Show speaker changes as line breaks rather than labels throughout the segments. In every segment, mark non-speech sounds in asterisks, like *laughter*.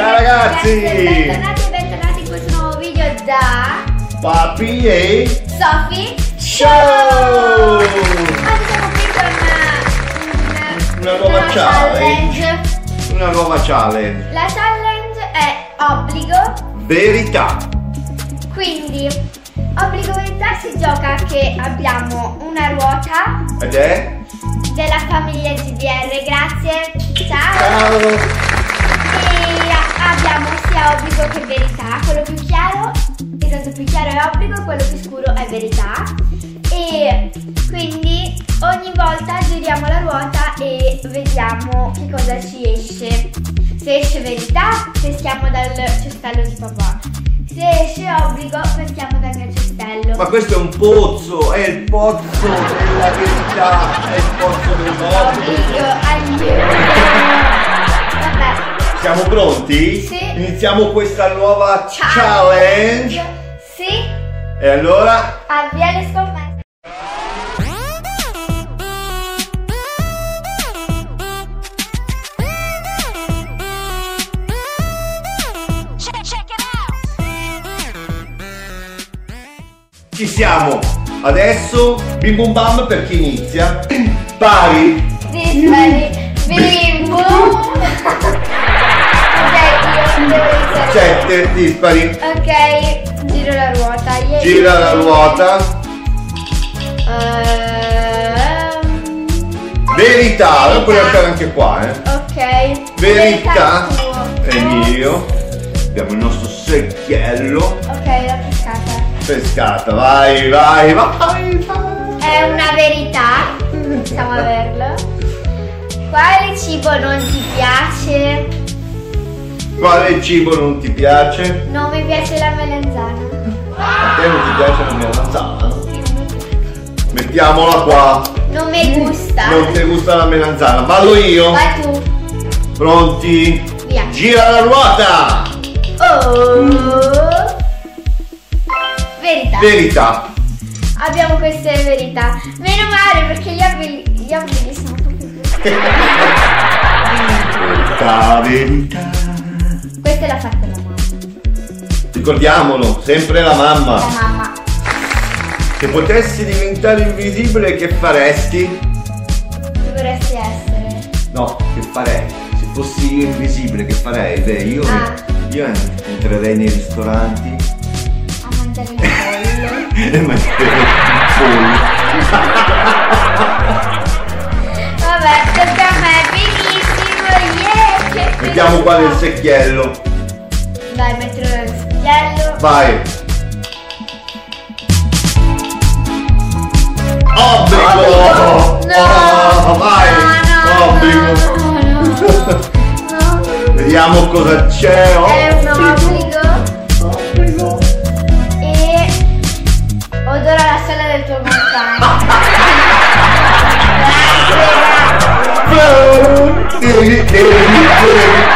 ragazzi!
Bentornati e bentornati in questo nuovo video da
Papi e
Sophie
Show!
Oggi siamo qui con um, una,
Una nuova challenge.
challenge.
Una nuova challenge.
La challenge è obbligo,
Verità.
quindi obbligo verità si gioca che abbiamo una ruota
Ed è?
della famiglia GDR, grazie, ciao!
Ciao!
E a- abbiamo sia obbligo che verità, quello più chiaro, il tanto più chiaro è obbligo, quello più scuro è verità. E quindi ogni volta giriamo la ruota e vediamo che cosa ci esce. Se esce verità, peschiamo dal cestello di papà. Se esce obbligo, peschiamo dal mio cestello.
Ma questo è un pozzo, è il pozzo della verità, è il pozzo del
Obbligo,
mondo.
aiuto. Vabbè.
Siamo pronti?
Sì.
Iniziamo questa nuova challenge.
Sì,
E allora
avvia le scommesse.
Check, check it out.
Ci siamo! Adesso bim bum bam per chi inizia. Pari!
Dispari. Bim bum. ok, io devo iniziare.
7 dispari.
Ok, giro la ruota. Yeah.
Gira la ruota.
Ehm,
Verità, lo puoi
Verità.
lasciare anche qua, eh.
ok.
Verità
tuo.
è mio. Abbiamo il nostro secchiello.
Ok, l'ho pescata.
Pescata, vai, vai, vai, vai.
È una verità. Possiamo averlo. Quale cibo non ti piace?
Quale cibo non ti piace?
Non mi piace la melanzana.
A te non ti piace la melanzana? Mettiamola qua.
Non mi gusta.
Non ti gusta la melanzana. Vado io.
Vai tu,
Pronti?
via.
Gira la ruota!
Oh. Verità.
Verità.
Abbiamo queste verità. Meno male perché gli abili, gli abili sono proprio così.
Verità, verità.
Questa l'ha fatta la mamma.
Ricordiamolo, sempre la
La
mamma.
mamma.
Se potessi diventare invisibile, che faresti?
Chi vorresti essere?
No, che farei? Se fossi io invisibile, che farei? Beh, io,
Ah.
io entrerei nei ristoranti *laughs*
A mangiare il pollo.
e mangerei il
Vabbè, tocca a me. Benissimo. Yeah, che
pollo. Vediamo
felicità.
qua nel secchiello.
Dai, metterò nel secchiello.
Vai. Obbligo!
No,
Oh, vai!
no, no,
Obbligo!
no, no, no,
*laughs*
no.
Vediamo cosa c'è.
È un obbligo.
Obbligo.
E odora la sala del tuo montagno.
Eh, Devi, devi, devi.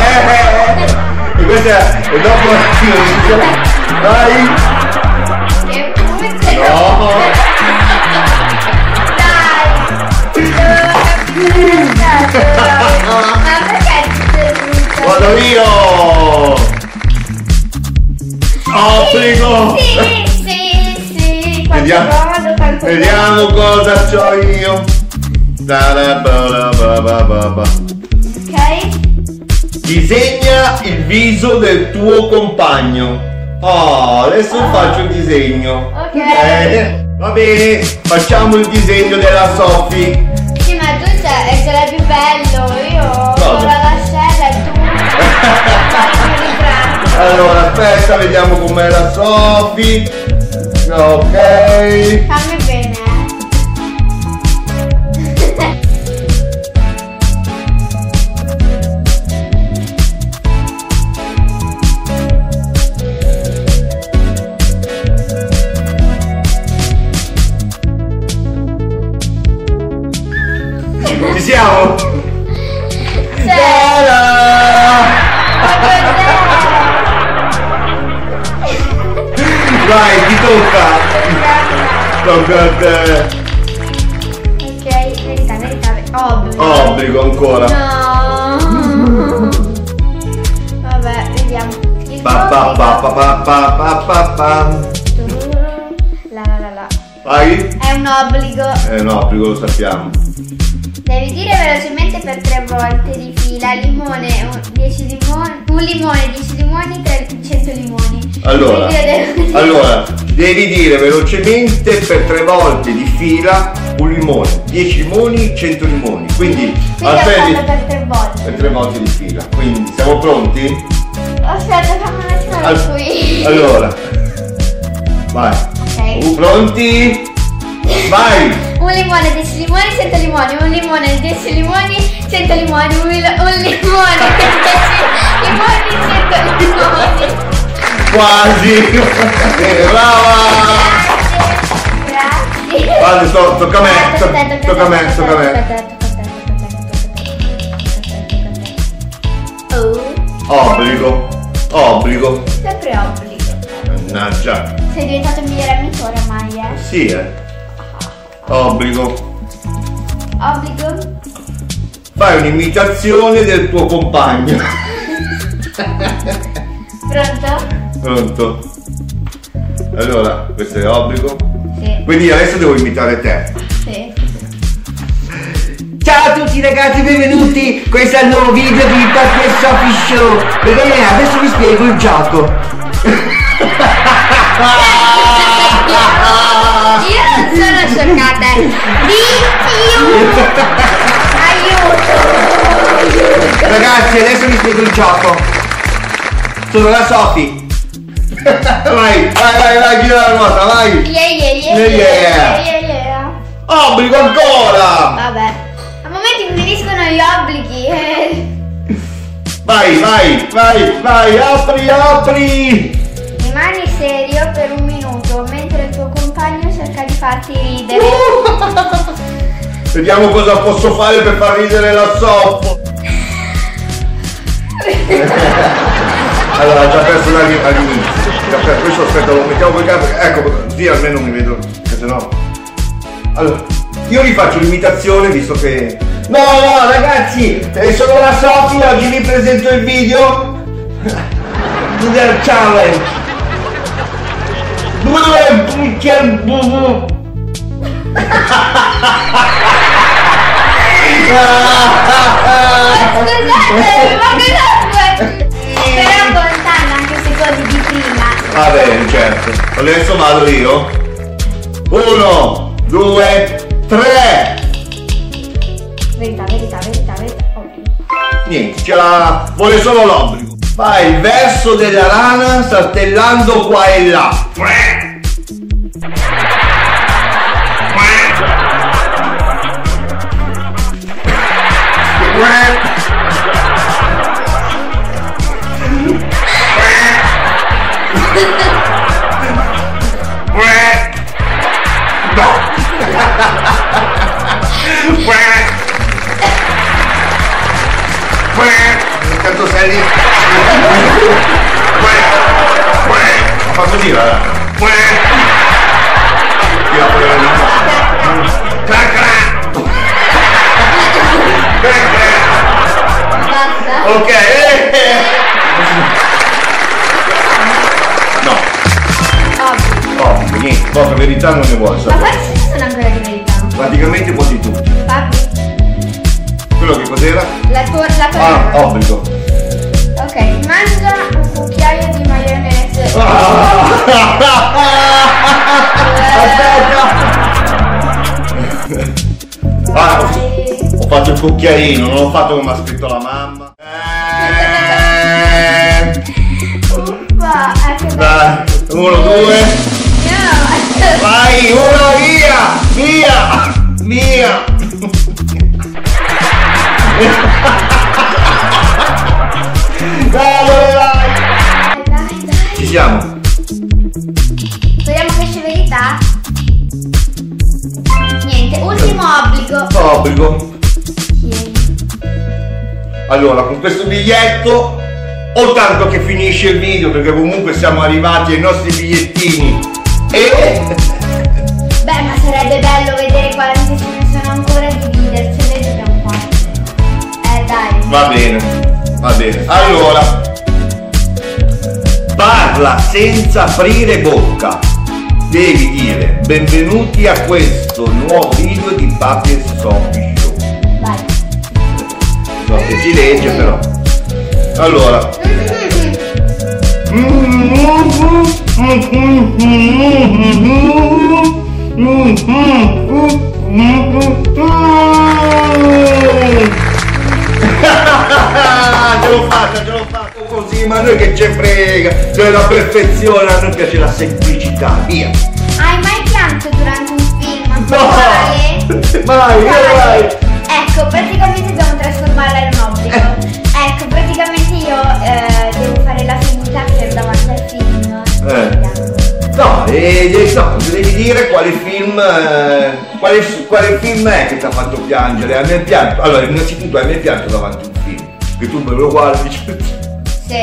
Eh, eh, eh. E questa è dopo la sigla. Vai.
Che puzza!
No.
Dai! Allora, Ma perché ti sei
Vado io. Obbligo.
Sì, sì, sì, quanto
Vediamo.
comodo, quanto
Vediamo cosa c'ho io. Da-da-ba-da-ba-ba-ba-ba.
comodo. Ok?
Disegna il viso del tuo compagno. Oh, adesso faccio il disegno.
Ok.
Eh, va bene, facciamo il disegno della Sophie.
Sì, ma tu sei, sei più bello, io ho
Cosa?
la l'ascella e tu fai un ritratto.
Allora, aspetta, vediamo com'è la Sophie. Ok.
Fammi bene, eh.
Ci siamo?
Cioè,
Ta-da!
ma cos'è?
Vai, ti tocca. Tocca a te.
Ok, Obbligo.
Obbligo ancora.
No. Vabbè, vediamo. Il
Pa pa pa pa pa pa pa pa pa.
obbligo- La la la la.
Vai?
È un obbligo.
Eh no, obbligo lo sappiamo.
Devi dire velocemente per tre volte di fila limone, un, 10 limoni, un limone, 10 limoni, 300 limoni.
Allora,
Devi dire-
allora, devi dire velocemente per tre volte di fila un limone, 10 limoni, 100 limoni. Quindi,
Quindi ho fatto
alberghi
per tre volte.
per tre volte di fila. Quindi, siamo pronti?
Aspetta, fammi un attimo
Al-
qui.
allora, vai.
Ok.
Uh, pronti? Vai!
Un limone, 10 limoni, 100 limoni, un limone, 10 limoni, 100 limoni, un, il- un limone, *laughs* 10 limoni, 100 limoni. *laughs*
Quasi! Brava!
Grazie, grazie.
Guarda, sto- tocca a me,
Aspetta, aspetta,
to- tocca a me,
aspetta,
tocca a me.
aspetta, aspetta, aspetta, aspetta, aspetta, aspetta, aspetta, aspetta, aspetta. Oh,
Obbligo, obbligo.
sempre obbligo.
Mannaggia.
Sei diventato il migliore amico oramai, eh?
Sì, eh. Obbligo.
Obbligo?
Fai un'imitazione del tuo compagno. *laughs*
Pronto?
Pronto? Allora, questo è obbligo.
Sì,
Quindi adesso devo imitare te.
sì.
Ciao a tutti ragazzi, benvenuti! Questo è il nuovo video di Patrick Sophie Show! Bene, adesso vi spiego il gioco. *laughs*
*laughs*
Io non sono scioccata eh. di aiuto! Aiuto!
Ragazzi, adesso vi spiego il gioco. Sono la
*laughs*
Sophie.
Vai, vai, vai, vai, gira la ruota, vai.
Yeah yeah yeah
Yeah, yeah,
yeah
yeah.
yeah yeah.
Obbligo ancora.
Vabbè. Al momento mi finiscono gli obblighi. eh.
Vai, vai, vai, vai, apri, apri.
Rimani serio per un minuto mentre il tuo compagno cerca di farti ridere.
Uh! Vediamo cosa posso fare per far ridere la Soffo. Allora, ha già perso la- all'inizio. Già per- Questo aspetta, lo mettiamo per caso. Ecco, così almeno mi vedo, che se no. Allora, io vi faccio l'imitazione visto che. No, no, ragazzi, eh, sono la Sofia, oggi vi presento il video *laughs* del challenge. Dove c'è il bubu?
Scusate, ma cosa fai? Però contando anche se cose di prima.
Va bene, certo. Adesso vado io. Uno, due, tre.
Verità, verità, verità, verità. Obbligo.
Niente, ce la vuole solo l'obbligo. Fai il verso della rana saltellando qua e là. Tanto sei lì. Ma fa così la rana. Tira fuori la rana.
Basta.
Ok. No.
Obbligo.
No, niente, poca verità non ne vuole
Ma
sapere.
quanti ce ne sono ancora di verità?
Praticamente quasi tutti.
Papi,
Quello che cos'era?
la tua... La tua
Ah, obbligo.
Ok, mangia un cucchiaio di maionese.
Aspetta! Ah,
Dai.
ho fatto il cucchiaino, non l'ho fatto come ha scritto la mamma. Eh,
Uffa, ecco
Dai, Eh, uno, due,
No,
vai, uno, via! Via! Via! Dai, dove
dai,
vai?
dai, dai.
Ci siamo!
Speriamo che c'è verità. Niente, ultimo obbligo.
Obbligo!
Tieni.
Allora, con questo biglietto o tanto che finisce il video perché comunque siamo arrivati ai nostri bigliettini e
Beh, ma sarebbe bello vedere quanti ce ne sono ancora e dividercele, dobbiamo Eh,
Va bene, va bene. Allora, parla senza aprire bocca. Devi dire benvenuti a questo nuovo video di Papi e Sophie Show.
Vai.
So che si legge però. Allora. ce l'ho fatta, ce l'ho fatta così, ma a noi che ce frega, cioè la perfezione, a noi piace la semplicità, via!
Hai mai pianto durante un film?
*laughs* Vai,
Vale?
vai, vai!
Ecco, praticamente dobbiamo trasformarla in un obbligo. Ecco, praticamente io eh, devo fare la finta che ero davanti al film.
No, e, e- no, devi dire quale film, eh, quale, su- quale film è che ti ha fatto piangere. A me pianto. Allora, innanzitutto a me pianto davanti a un film. Che tu me lo guardi. *laughs*
Sì.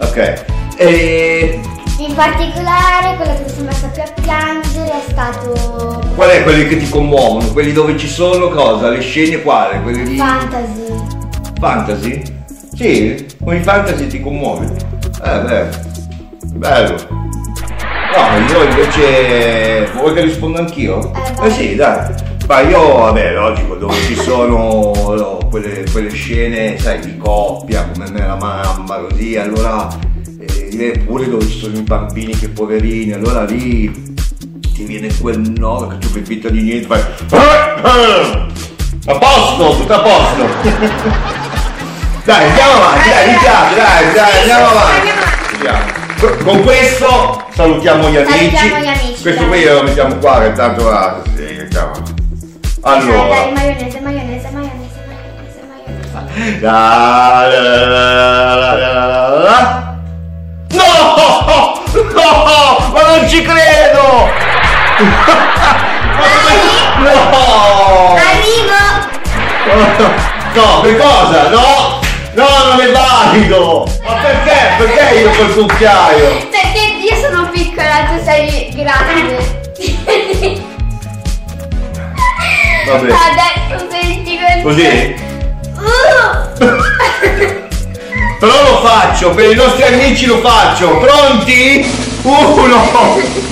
ok. E
In particolare quello che mi sono messa più a piangere è stato
qual è quelli che ti commuovono? Quelli dove ci sono cosa? Le scene quale? Quelli di
fantasy.
fantasy? Sì, con i fantasy ti commuovi. Eh beh. Bello. No, io invece. Vuoi che rispondo anch'io?
Eh, vai.
Eh sì, dai. Ma io, vabbè, logico, dove ci sono no, quelle, quelle scene, sai, di coppia, come me e la mamma, così, allora. eh, pure dove ci sono i bambini che poverini, allora lì ti viene quel no che tu fai finta di niente, fai. "Eh, A posto, tutto a posto! dai, andiamo avanti, dai, mi piace, dai, dai, andiamo avanti.
Andiamo avanti.
Vediamo. Con questo salutiamo gli amici.
Salutiamo gli amici,
Questo
dai.
qui lo mettiamo qua che tanto va. sì, che cavolo.
Dai, dai,
Allora.
maionese, maionese, maionese, maionese, maionese.
La, la, la, la, la, la, la, la, la. No! No! Ma non ci credo! *laughs* No!
Arrivo!
No, per cosa? No! No, non è valido! Ma perché? Perché io col cucchiaio?
Perché io sono piccola, tu sei grande.
Vabbè.
Adesso senti questo.
Così? *laughs*
Uh!
Però lo faccio, per i nostri amici lo faccio. Pronti? Uno,
Uh!